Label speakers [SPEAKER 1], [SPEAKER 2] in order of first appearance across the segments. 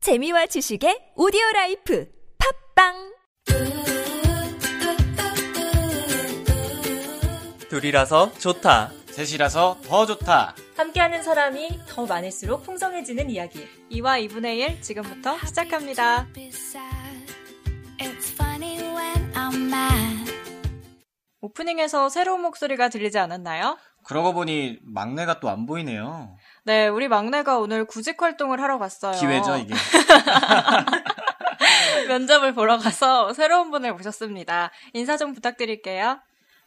[SPEAKER 1] 재미와 지식의 오디오 라이프 팝빵
[SPEAKER 2] 둘이라서 좋다.
[SPEAKER 3] 셋이라서 더 좋다.
[SPEAKER 4] 함께하는 사람이 더 많을수록 풍성해지는 이야기.
[SPEAKER 5] 2와 2분의 1 지금부터 시작합니다.
[SPEAKER 6] It's funny when I'm mad.
[SPEAKER 5] 오프닝에서 새로운 목소리가 들리지 않았나요?
[SPEAKER 3] 그러고 보니 막내가 또 안 보이네요.
[SPEAKER 5] 네, 우리 막내가 오늘 구직 활동을 하러 갔어요.
[SPEAKER 3] 기회죠 이게.
[SPEAKER 5] 면접을 보러 가서 새로운 분을 모셨습니다. 인사 좀 부탁드릴게요.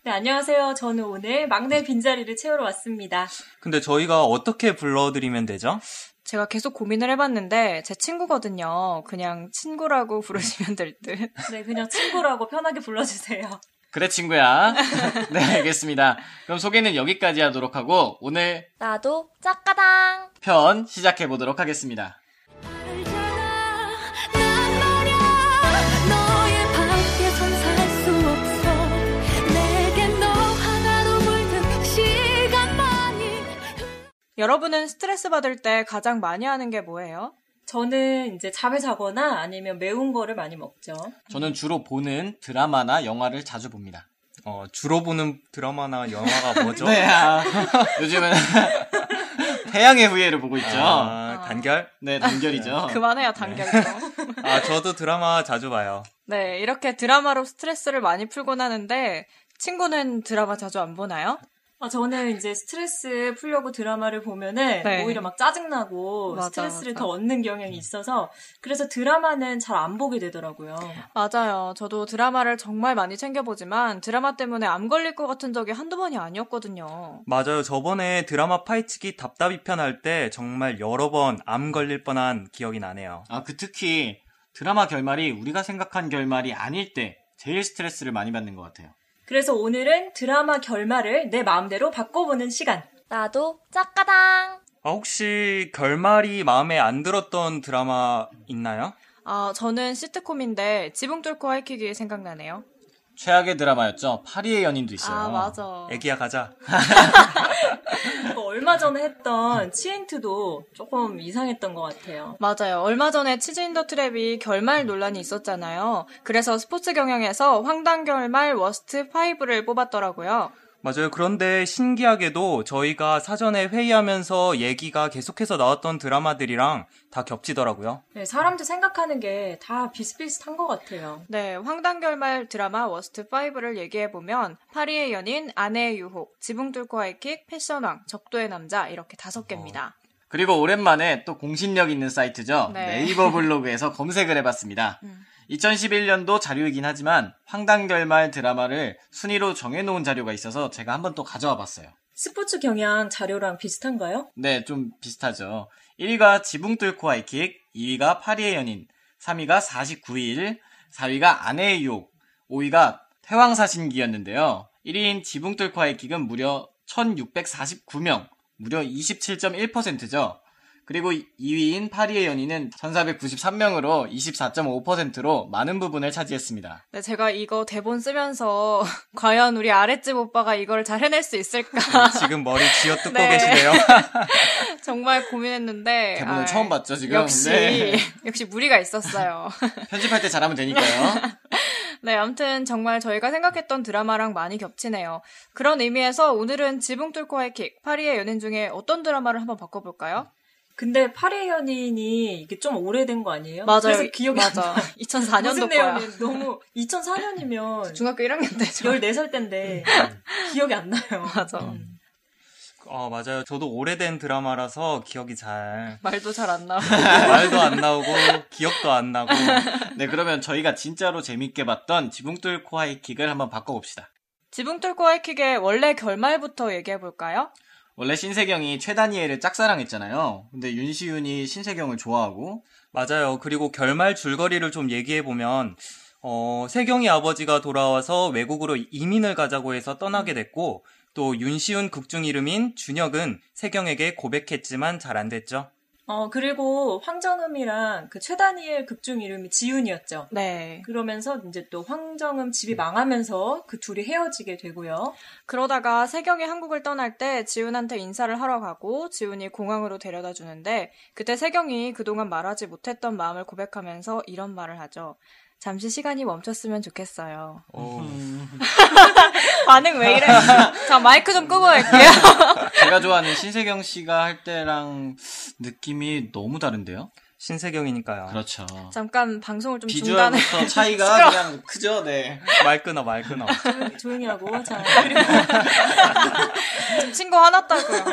[SPEAKER 4] 네, 안녕하세요. 저는 오늘 막내 빈자리를 채우러 왔습니다.
[SPEAKER 2] 근데 저희가 어떻게 불러드리면 되죠?
[SPEAKER 5] 제가 계속 고민을 해봤는데 제 친구거든요. 그냥 친구라고 부르시면 될 듯.
[SPEAKER 4] 네, 그냥 친구라고 편하게 불러주세요.
[SPEAKER 3] 그래 친구야. 네 알겠습니다. 그럼 소개는 여기까지 하도록 하고 오늘
[SPEAKER 4] 나도 짝가당.
[SPEAKER 3] 편 시작해 보도록 하겠습니다.
[SPEAKER 6] 알잖아, 난 말야 너의 밖에선 살 수 없어. 내겐 너 하나로 물든 시간만이.
[SPEAKER 5] 여러분은 스트레스 받을 때 가장 많이 하는 게 뭐예요?
[SPEAKER 4] 저는 이제 잠을 자거나 아니면 매운 거를 많이 먹죠.
[SPEAKER 3] 저는 주로 보는 드라마나 영화를 자주 봅니다.
[SPEAKER 2] 어, 주로 보는 드라마나 영화가 뭐죠?
[SPEAKER 3] 네. 아, 요즘은 태양의 후예를 보고 있죠.
[SPEAKER 2] 아, 단결?
[SPEAKER 3] 네 단결이죠.
[SPEAKER 5] 그만해요, 단결죠.
[SPEAKER 2] 아, 저도 드라마 자주 봐요.
[SPEAKER 5] 네, 이렇게 드라마로 스트레스를 많이 풀곤 하는데 친구는 드라마 자주 안 보나요?
[SPEAKER 4] 아, 저는 이제 스트레스 풀려고 드라마를 보면은
[SPEAKER 5] 네.
[SPEAKER 4] 오히려 막 짜증나고
[SPEAKER 5] 맞아,
[SPEAKER 4] 스트레스를
[SPEAKER 5] 맞아.
[SPEAKER 4] 더 얻는 경향이 있어서 그래서 드라마는 잘 안 보게 되더라고요.
[SPEAKER 5] 맞아요. 저도 드라마를 정말 많이 챙겨보지만 드라마 때문에 암 걸릴 것 같은 적이 한두 번이 아니었거든요.
[SPEAKER 2] 맞아요. 저번에 드라마 파헤치기 답답이 편 할 때 정말 여러 번 암 걸릴 뻔한 기억이 나네요.
[SPEAKER 3] 아 그 특히 드라마 결말이 우리가 생각한 결말이 아닐 때 제일 스트레스를 많이 받는 것 같아요.
[SPEAKER 4] 그래서 오늘은 드라마 결말을 내 마음대로 바꿔보는 시간. 나도 짝가당.
[SPEAKER 2] 아, 혹시 결말이 마음에 안 들었던 드라마 있나요?
[SPEAKER 5] 아, 저는 시트콤인데 지붕 뚫고 하이킥이 생각나네요.
[SPEAKER 3] 최악의 드라마였죠. 파리의 연인도 있어요.
[SPEAKER 5] 아, 맞아.
[SPEAKER 2] 애기야 가자.
[SPEAKER 4] 그 얼마 전에 했던 치엔트도 조금 이상했던 것 같아요.
[SPEAKER 5] 맞아요. 얼마 전에 치즈인더 트랩이 결말 논란이 있었잖아요. 그래서 스포츠 경영에서 황당 결말 워스트 5를 뽑았더라고요.
[SPEAKER 2] 맞아요. 그런데 신기하게도 저희가 사전에 회의하면서 얘기가 계속해서 나왔던 드라마들이랑 다 겹치더라고요.
[SPEAKER 4] 네, 사람들 생각하는 게 다 비슷비슷한 것 같아요.
[SPEAKER 5] 네, 황당 결말 드라마 워스트 5를 얘기해 보면 파리의 연인, 아내의 유혹, 지붕 뚫고 하이킥, 패션왕, 적도의 남자 이렇게 다섯 개입니다.
[SPEAKER 4] 어.
[SPEAKER 3] 그리고 오랜만에 또 공신력 있는 사이트죠.
[SPEAKER 5] 네. 음.
[SPEAKER 3] 네. 이버 블로그에서 검색을 해봤습니다. 2011년도 자료이긴 하지만 황당 결말 드라마를 순위로 정해놓은 자료가 있어서 제가 한번 또 가져와 봤어요.
[SPEAKER 4] 스포츠 경향 자료랑 비슷한가요?
[SPEAKER 3] 네, 좀 비슷하죠. 1위가 지붕 뚫고 하이킥, 2위가 파리의 연인, 3위가 49일, 4위가 아내의 유혹, 5위가 태왕사신기였는데요. 1위인 지붕 뚫고 하이킥은 무려 1649명, 무려 27.1%죠. 그리고 2위인 파리의 연인은 1493명으로 24.5%로 많은 부분을 차지했습니다.
[SPEAKER 5] 네, 제가 이거 대본 쓰면서 과연 우리 아랫집 오빠가 이걸 잘 해낼 수 있을까
[SPEAKER 2] 지금 머리 쥐어뜯고
[SPEAKER 5] 네.
[SPEAKER 2] 계시네요.
[SPEAKER 5] 정말 고민했는데
[SPEAKER 3] 대본을
[SPEAKER 5] 네, 아이,
[SPEAKER 3] 처음 봤죠, 지금?
[SPEAKER 5] 역시
[SPEAKER 3] 네.
[SPEAKER 5] 역시 무리가 있었어요.
[SPEAKER 3] 편집할 때 잘하면 되니까요.
[SPEAKER 5] 네, 아무튼 정말 저희가 생각했던 드라마랑 많이 겹치네요. 그런 의미에서 오늘은 지붕 뚫고 하이킥, 파리의 연인 중에 어떤 드라마를 한번 바꿔볼까요?
[SPEAKER 4] 근데 파리의 연인이 이게 좀 오래된 거 아니에요?
[SPEAKER 5] 맞아요.
[SPEAKER 4] 그래서 기억이 안
[SPEAKER 5] 맞아.
[SPEAKER 4] 나. 무슨
[SPEAKER 5] 2004년도 거야.
[SPEAKER 4] 내용이 너무 2004년이면
[SPEAKER 5] 중학교 1학년 때죠.
[SPEAKER 4] 14살 때인데 기억이 안 나요. 음.
[SPEAKER 5] 맞아.
[SPEAKER 2] 어, 맞아요. 저도 오래된 드라마라서 기억이 잘
[SPEAKER 5] 말도 잘 안 나와.
[SPEAKER 2] 말도 안 나오고 기억도 안 나고
[SPEAKER 3] 네, 그러면 저희가 진짜로 재밌게 봤던 지붕 뚫고 하이킥을 한번 바꿔봅시다.
[SPEAKER 5] 지붕 뚫고 하이킥의 원래 결말부터 얘기해볼까요?
[SPEAKER 3] 원래 신세경이 최다니엘을 짝사랑했잖아요. 근데 윤시윤이 신세경을 좋아하고
[SPEAKER 2] 맞아요. 그리고 결말 줄거리를 좀 얘기해 보면 어, 세경이 아버지가 돌아와서 외국으로 이민을 가자고 해서 떠나게 됐고 또 윤시윤 극중 이름인 준혁은 세경에게 고백했지만 잘 안 됐죠.
[SPEAKER 4] 어, 그리고 황정음이랑 그 최다니엘 극중 이름이 지훈이었죠.
[SPEAKER 5] 네.
[SPEAKER 4] 그러면서 이제 또 황정음 집이
[SPEAKER 3] 네.
[SPEAKER 4] 망하면서 그 둘이 헤어지게 되고요.
[SPEAKER 5] 그러다가 세경이 한국을 떠날 때 지훈한테 인사를 하러 가고 지훈이 공항으로 데려다 주는데 그때 세경이 그동안 말하지 못했던 마음을 고백하면서 이런 말을 하죠. 잠시 시간이 멈췄으면 좋겠어요. 반응 왜 이래? 자, 마이크 좀 끄고 갈게요.
[SPEAKER 3] 제가 좋아하는 신세경 씨가 할 때랑 느낌이 너무 다른데요?
[SPEAKER 2] 신세경이니까요.
[SPEAKER 3] 그렇죠.
[SPEAKER 5] 잠깐 방송을 좀 중단해.
[SPEAKER 3] 비주얼부터 차이가 그냥 크죠, 네.
[SPEAKER 2] 말 끊어, 말 끊어.
[SPEAKER 4] 조용히, 조용히 하고. 자, 그리고,
[SPEAKER 5] 지금 친구 화났다고요.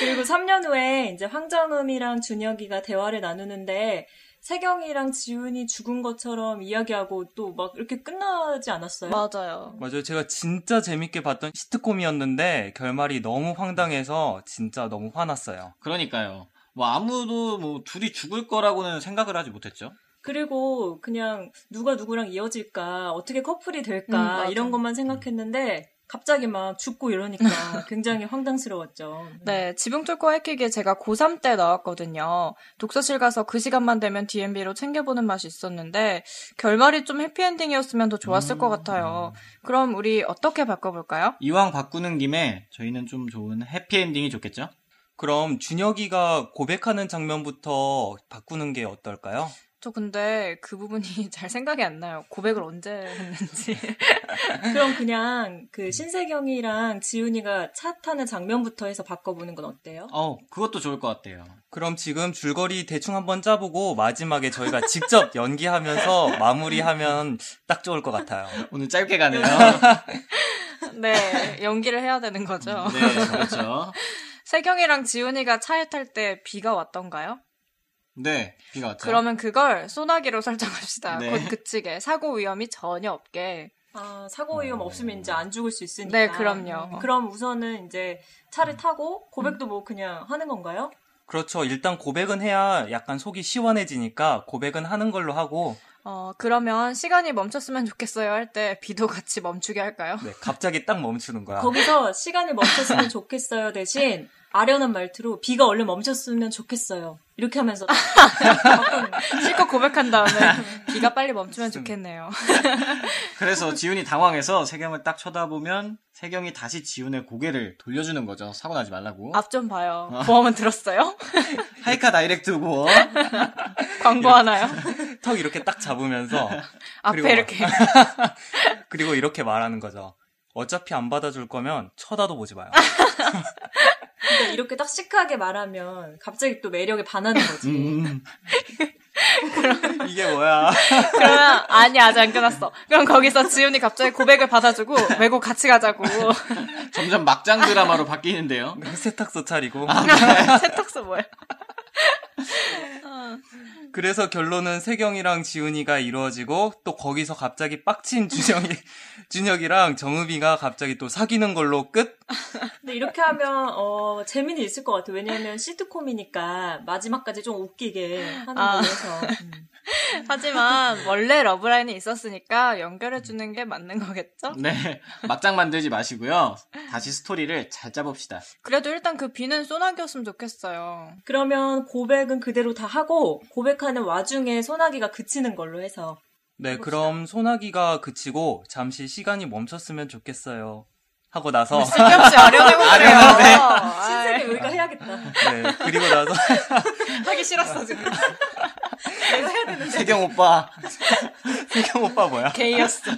[SPEAKER 4] 그리고 3년 후에 이제 황정음이랑 준혁이가 대화를 나누는데 세경이랑 지훈이 죽은 것처럼 이야기하고 또 막 이렇게 끝나지 않았어요?
[SPEAKER 5] 맞아요.
[SPEAKER 2] 맞아요. 제가 진짜 재밌게 봤던 시트콤이었는데 결말이 너무 황당해서 진짜 너무 화났어요.
[SPEAKER 3] 그러니까요. 뭐 아무도 뭐 둘이 죽을 거라고는 생각을 하지 못했죠.
[SPEAKER 4] 그리고 그냥 누가 누구랑 이어질까, 어떻게 커플이
[SPEAKER 5] 음,
[SPEAKER 4] 될까,
[SPEAKER 5] 맞아.
[SPEAKER 4] 이런 것만 생각했는데, 갑자기 막 죽고 이러니까 굉장히 황당스러웠죠.
[SPEAKER 5] 네, 지붕 뚫고 해킥이 제가 고3 때 나왔거든요. 독서실 가서 그 시간만 되면 DMB로 챙겨보는 맛이 있었는데, 결말이 좀 해피엔딩이었으면 더 좋았을
[SPEAKER 4] 음.
[SPEAKER 5] 것 같아요. 그럼 우리 어떻게 바꿔볼까요?
[SPEAKER 3] 음, 이왕 바꾸는 김에 저희는 좀 좋은 해피엔딩이 좋겠죠?
[SPEAKER 2] 그럼 준혁이가 고백하는 장면부터 바꾸는 게 어떨까요?
[SPEAKER 5] 저 근데 그 부분이 잘 생각이 안 나요. 고백을 언제 했는지.
[SPEAKER 4] 그럼 그냥
[SPEAKER 5] 음.
[SPEAKER 4] 그 신세경이랑 지훈이가 그러니까 차 타는 장면부터 해서 바꿔보는 건 어때요?
[SPEAKER 3] 어, 그것도 좋을 것 같아요.
[SPEAKER 2] 그럼 지금 줄거리 대충 한번 짜보고 마지막에 저희가 직접 연기하면서 마무리하면 딱 좋을 것 같아요.
[SPEAKER 3] 오늘 짧게 가네요.
[SPEAKER 5] 네, 연기를 해야 되는 거죠.
[SPEAKER 4] 음.
[SPEAKER 3] 네, 그렇죠.
[SPEAKER 5] 세경이랑 지훈이가 차에 탈 때 비가 왔던가요?
[SPEAKER 3] 네, 비가 왔죠.
[SPEAKER 5] 그러면 그걸 소나기로 설정합시다.
[SPEAKER 3] 네.
[SPEAKER 5] 곧 그치게 사고 위험이 전혀 없게.
[SPEAKER 4] 아, 사고 위험 없으면 이제 안 죽을 수 있으니까.
[SPEAKER 5] 어. 네, 그럼요. 음.
[SPEAKER 4] 음, 그럼 우선은 이제 차를 타고 고백도 뭐 그냥 하는 건가요?
[SPEAKER 2] 그렇죠. 일단 고백은 해야 약간 속이 시원해지니까 고백은 하는 걸로 하고
[SPEAKER 5] 어, 그러면 시간이 멈췄으면 좋겠어요 할 때 비도 같이 멈추게 할까요?
[SPEAKER 2] 네, 갑자기 딱 멈추는 거야.
[SPEAKER 4] 거기서 시간이 멈췄으면 좋겠어요 대신 아련한 말투로 비가 얼른 멈췄으면 좋겠어요. 이렇게 하면서
[SPEAKER 5] 실컷 고백한 다음에 비가 빨리 멈추면 좋겠네요.
[SPEAKER 3] 그래서 지훈이 당황해서 세경을 딱 쳐다보면 세경이 다시 지훈의 고개를 돌려주는 거죠. 사고 나지 말라고.
[SPEAKER 5] 앞 좀 봐요. 보험은 들었어요?
[SPEAKER 3] 하이카 다이렉트 보험.
[SPEAKER 5] 광고 하나요?
[SPEAKER 2] 턱 이렇게 딱 잡으면서
[SPEAKER 5] 앞에
[SPEAKER 2] 막-
[SPEAKER 5] 이렇게.
[SPEAKER 2] 그리고 이렇게 말하는 거죠. 어차피 안 받아줄 거면 쳐다도 보지 마요.
[SPEAKER 4] 근데 이렇게 딱 시크하게 말하면 갑자기 또 매력에 반하는 거지.
[SPEAKER 3] 음. 이게 뭐야?
[SPEAKER 5] 그러면 아니 아직 안 끝났어. 그럼 거기서 지훈이 갑자기 고백을 받아주고 외국 같이 가자고 네.
[SPEAKER 3] 점점 막장 드라마로 바뀌는데요.
[SPEAKER 2] 세탁소 차리고.
[SPEAKER 5] 세탁소 뭐야?
[SPEAKER 2] 그래서 결론은 세경이랑 지훈이가 이루어지고 또 거기서 갑자기 빡친 준혁이, 준혁이랑 정읍이가 갑자기 또 사귀는 걸로 끝?
[SPEAKER 4] 근데 이렇게 하면 어, 재미는 있을 것 같아요. 왜냐하면 시트콤이니까 마지막까지 좀 웃기게 하는
[SPEAKER 5] 아.
[SPEAKER 4] 거여서 음.
[SPEAKER 5] 하지만 원래 러브라인이 있었으니까 연결해 주는 게 맞는 거겠죠?
[SPEAKER 3] 네. 막장 만들지 마시고요. 다시 스토리를 잘 짜봅시다.
[SPEAKER 5] 그래도 일단 그 비는 소나기였으면 좋겠어요.
[SPEAKER 4] 그러면 고백은 그대로 다 하고 고백하는 와중에 소나기가 그치는 걸로 해서
[SPEAKER 2] 네, 그럼 소나기가 그치고 잠시 시간이 멈췄으면 좋겠어요. 하고 나서,
[SPEAKER 5] 쓸데없이 아련해고 그래요.
[SPEAKER 4] 신세계 여기가 해야겠다.
[SPEAKER 2] 네, 그리고 나서,
[SPEAKER 5] 아이, 하기 싫었어 지금.
[SPEAKER 3] 세경 오빠.
[SPEAKER 2] 세경 오빠 뭐야?
[SPEAKER 5] 게이였어.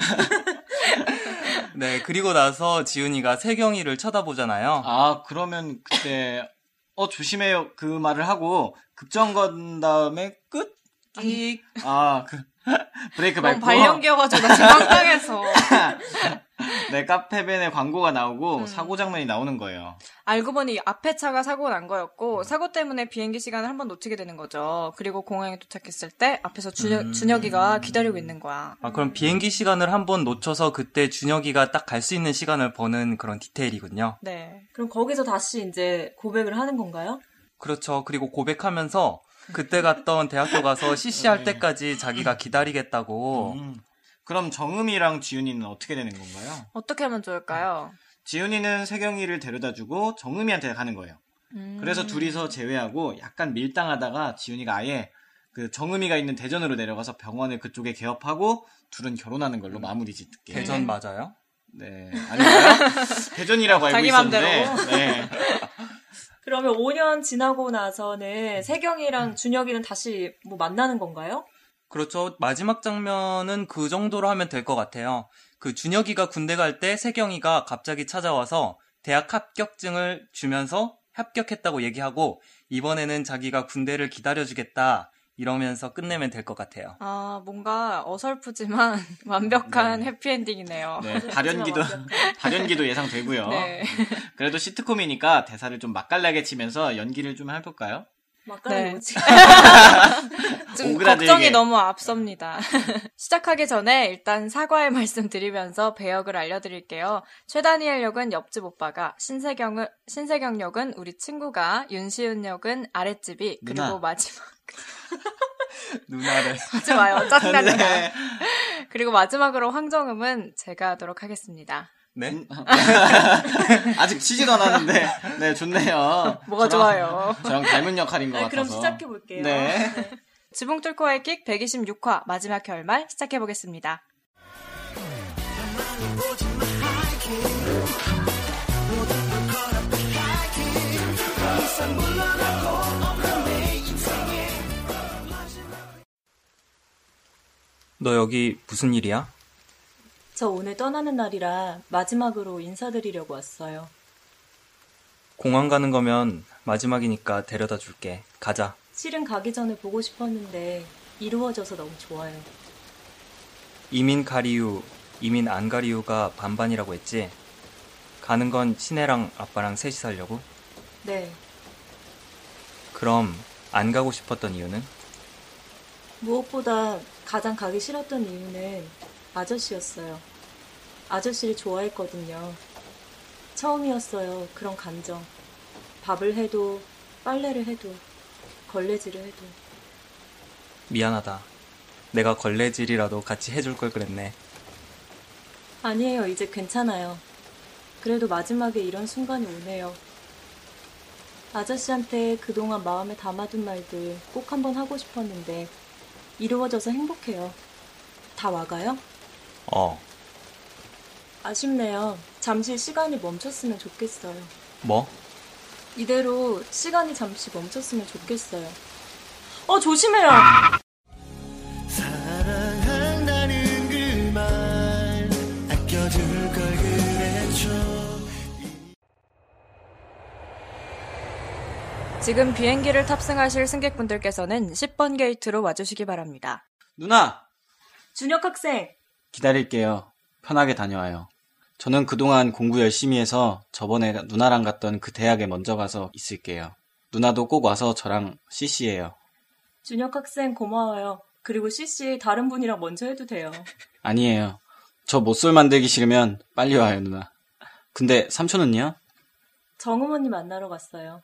[SPEAKER 2] 네, 그리고 나서 지훈이가 세경이를 쳐다보잖아요.
[SPEAKER 3] 아, 그러면 그때, 어, 조심해요. 그 말을 하고, 급정 건 다음에 끝? 끼익. 아, 그, 브레이크
[SPEAKER 5] 너무
[SPEAKER 3] 밟고.
[SPEAKER 5] 발연기여가지고 나 지금 황당해서.
[SPEAKER 3] 네, 카페벤의 광고가 나오고,
[SPEAKER 5] 음.
[SPEAKER 3] 사고 장면이 나오는 거예요.
[SPEAKER 5] 알고 보니 앞에 차가 사고 난 거였고 사고 때문에 비행기 시간을 한 번 놓치게 되는 거죠. 그리고 공항에 도착했을 때 앞에서 준혁, 준혁이가 기다리고 있는 거야.
[SPEAKER 2] 아, 그럼 비행기 시간을 한번 놓쳐서 그때 준혁이가 딱 갈 수 있는 시간을 버는 그런 디테일이군요.
[SPEAKER 5] 네.
[SPEAKER 4] 그럼 거기서 다시 이제 고백을 하는 건가요?
[SPEAKER 2] 그렇죠. 그리고 고백하면서 그때 갔던 대학교 가서 CC 할 때까지 자기가 기다리겠다고.
[SPEAKER 3] 음. 그럼 정음이랑 지훈이는 어떻게 되는 건가요?
[SPEAKER 5] 어떻게 하면 좋을까요?
[SPEAKER 3] 지훈이는 세경이를 데려다 주고 정음이한테 가는 거예요. 그래서 둘이서 제외하고 약간 밀당하다가 지훈이가 아예 그 정음이가 있는 대전으로 내려가서 병원을 그쪽에 개업하고 둘은 결혼하는 걸로 마무리 짓게.
[SPEAKER 2] 음. 대전 맞아요?
[SPEAKER 3] 네. 아닌가요? 대전이라고 알고
[SPEAKER 5] 자기
[SPEAKER 3] 있었는데.
[SPEAKER 5] 맘대로.
[SPEAKER 3] 네.
[SPEAKER 4] 그러면 5년 지나고 나서는 세경이랑 준혁이는 다시 뭐 만나는 건가요?
[SPEAKER 2] 그렇죠. 마지막 장면은 그 정도로 하면 될 것 같아요. 그 준혁이가 군대 갈 때 세경이가 갑자기 찾아와서 대학 합격증을 주면서 합격했다고 얘기하고 이번에는 자기가 군대를 기다려주겠다 이러면서 끝내면 될 것 같아요.
[SPEAKER 5] 아, 뭔가 어설프지만 완벽한 해피엔딩이네요.
[SPEAKER 3] 네, 발연기도 발연기도 예상되고요.
[SPEAKER 5] 네.
[SPEAKER 3] 그래도 시트콤이니까 대사를 좀 맛깔나게 치면서 연기를 좀 해볼까요?
[SPEAKER 5] 네.
[SPEAKER 4] 막간에 뭐지?
[SPEAKER 5] 좀
[SPEAKER 3] 오그라들게.
[SPEAKER 5] 걱정이 너무 앞섭니다. 시작하기 전에 일단 사과의 말씀 드리면서 배역을 알려드릴게요. 최다니엘 역은 옆집 오빠가, 신세경을, 신세경 역은 우리 친구가, 윤시윤 역은 아랫집이, 그리고
[SPEAKER 3] 누나.
[SPEAKER 5] 마지막,
[SPEAKER 2] 누나를
[SPEAKER 5] 하지 마요. 짜증나니까.
[SPEAKER 3] 네.
[SPEAKER 5] 그리고 마지막으로 황정음은 제가 하도록 하겠습니다.
[SPEAKER 2] 네?
[SPEAKER 3] 아직 치지도 않았는데 네 좋네요.
[SPEAKER 5] 뭐가 좋아요?
[SPEAKER 3] 저랑 닮은 역할인 것
[SPEAKER 4] 네,
[SPEAKER 3] 같아서.
[SPEAKER 4] 그럼 시작해 볼게요.
[SPEAKER 3] 네.
[SPEAKER 5] 지붕 뚫고 의킥 126화 마지막 결말 시작해보겠습니다.
[SPEAKER 2] 너 여기 무슨 일이야?
[SPEAKER 4] 저 오늘 떠나는 날이라 마지막으로 인사드리려고 왔어요.
[SPEAKER 2] 공항 가는 거면 마지막이니까 데려다 줄게. 가자.
[SPEAKER 4] 실은 가기 전에 보고 싶었는데 이루어져서 너무 좋아요.
[SPEAKER 2] 이민 가리우, 이민 안 가리우가 반반이라고 했지? 가는 건 시내랑 아빠랑 셋이 살려고?
[SPEAKER 4] 네.
[SPEAKER 2] 그럼 안 가고 싶었던 이유는?
[SPEAKER 4] 무엇보다 가장 가기 싫었던 이유는 아저씨였어요. 아저씨를 좋아했거든요. 처음이었어요. 그런 감정. 밥을 해도, 빨래를 해도, 걸레질을 해도.
[SPEAKER 2] 미안하다. 내가 걸레질이라도 같이 해줄 걸 그랬네.
[SPEAKER 4] 아니에요. 이제 괜찮아요. 그래도 마지막에 이런 순간이 오네요. 아저씨한테 그동안 마음에 담아둔 말들 꼭 한번 하고 싶었는데 이루어져서 행복해요. 다 와가요?
[SPEAKER 2] 어,
[SPEAKER 4] 아쉽네요. 잠시 시간이 멈췄으면 좋겠어요.
[SPEAKER 2] 뭐?
[SPEAKER 4] 이대로 시간이 잠시 멈췄으면 좋겠어요. 어, 조심해요!
[SPEAKER 7] 사랑한다는 그 말 아껴줄 걸 그랬죠
[SPEAKER 5] 지금 비행기를 탑승하실 승객분들께서는 10번 게이트로 와주시기 바랍니다.
[SPEAKER 3] 누나
[SPEAKER 4] 준혁 학생!
[SPEAKER 3] 기다릴게요. 편하게 다녀와요. 저는 그동안 공부 열심히 해서 저번에 누나랑 갔던 그 대학에 먼저 가서 있을게요. 누나도 꼭 와서 저랑 CC해요.
[SPEAKER 4] 준혁 학생 고마워요. 그리고 CC 다른 분이랑 먼저 해도 돼요.
[SPEAKER 3] 아니에요. 저 못쏠 만들기 싫으면 빨리 와요, 누나. 근데 삼촌은요?
[SPEAKER 4] 정음 언니 만나러 갔어요.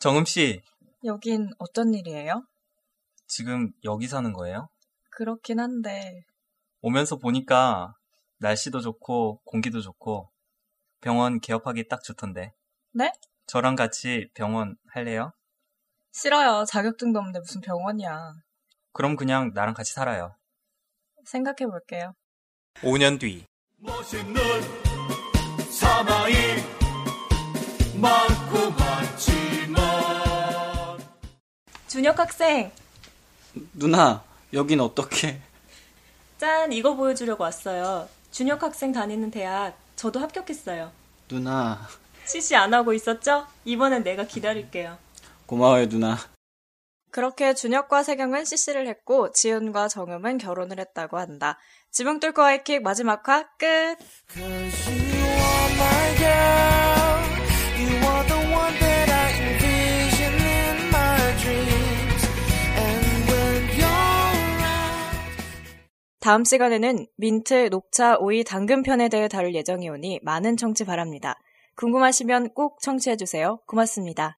[SPEAKER 2] 정음씨,
[SPEAKER 5] 여긴 어떤 일이에요?
[SPEAKER 2] 지금 여기 사는 거예요?
[SPEAKER 5] 그렇긴 한데,
[SPEAKER 2] 오면서 보니까 날씨도 좋고 공기도 좋고 병원 개업하기 딱 좋던데.
[SPEAKER 5] 네?
[SPEAKER 2] 저랑 같이 병원 할래요?
[SPEAKER 5] 싫어요. 자격증도 없는데 무슨 병원이야.
[SPEAKER 2] 그럼 그냥 나랑 같이 살아요.
[SPEAKER 5] 생각해 볼게요.
[SPEAKER 2] 5년 뒤.
[SPEAKER 7] 멋있는 사나이 많고 많지만
[SPEAKER 4] 준혁 학생!
[SPEAKER 3] 누나, 여긴 어떻게?
[SPEAKER 4] 짠! 이거 보여주려고 왔어요. 준혁 학생 다니는 대학, 저도 합격했어요.
[SPEAKER 3] 누나,
[SPEAKER 4] CC 안 하고 있었죠? 이번엔 내가 기다릴게요.
[SPEAKER 3] 고마워요, 누나.
[SPEAKER 5] 그렇게 준혁과 세경은 CC를 했고 지훈과 정음은 결혼을 했다고 한다. 지붕 뚫고 하이킥 마지막 화 끝.
[SPEAKER 7] Cause you are my girl. You are the one that I envision in my dreams. And when you're around.
[SPEAKER 5] 다음 시간에는 민트, 녹차, 오이, 당근 편에 대해 다룰 예정이오니 많은 청취 바랍니다. 궁금하시면 꼭 청취해 주세요. 고맙습니다.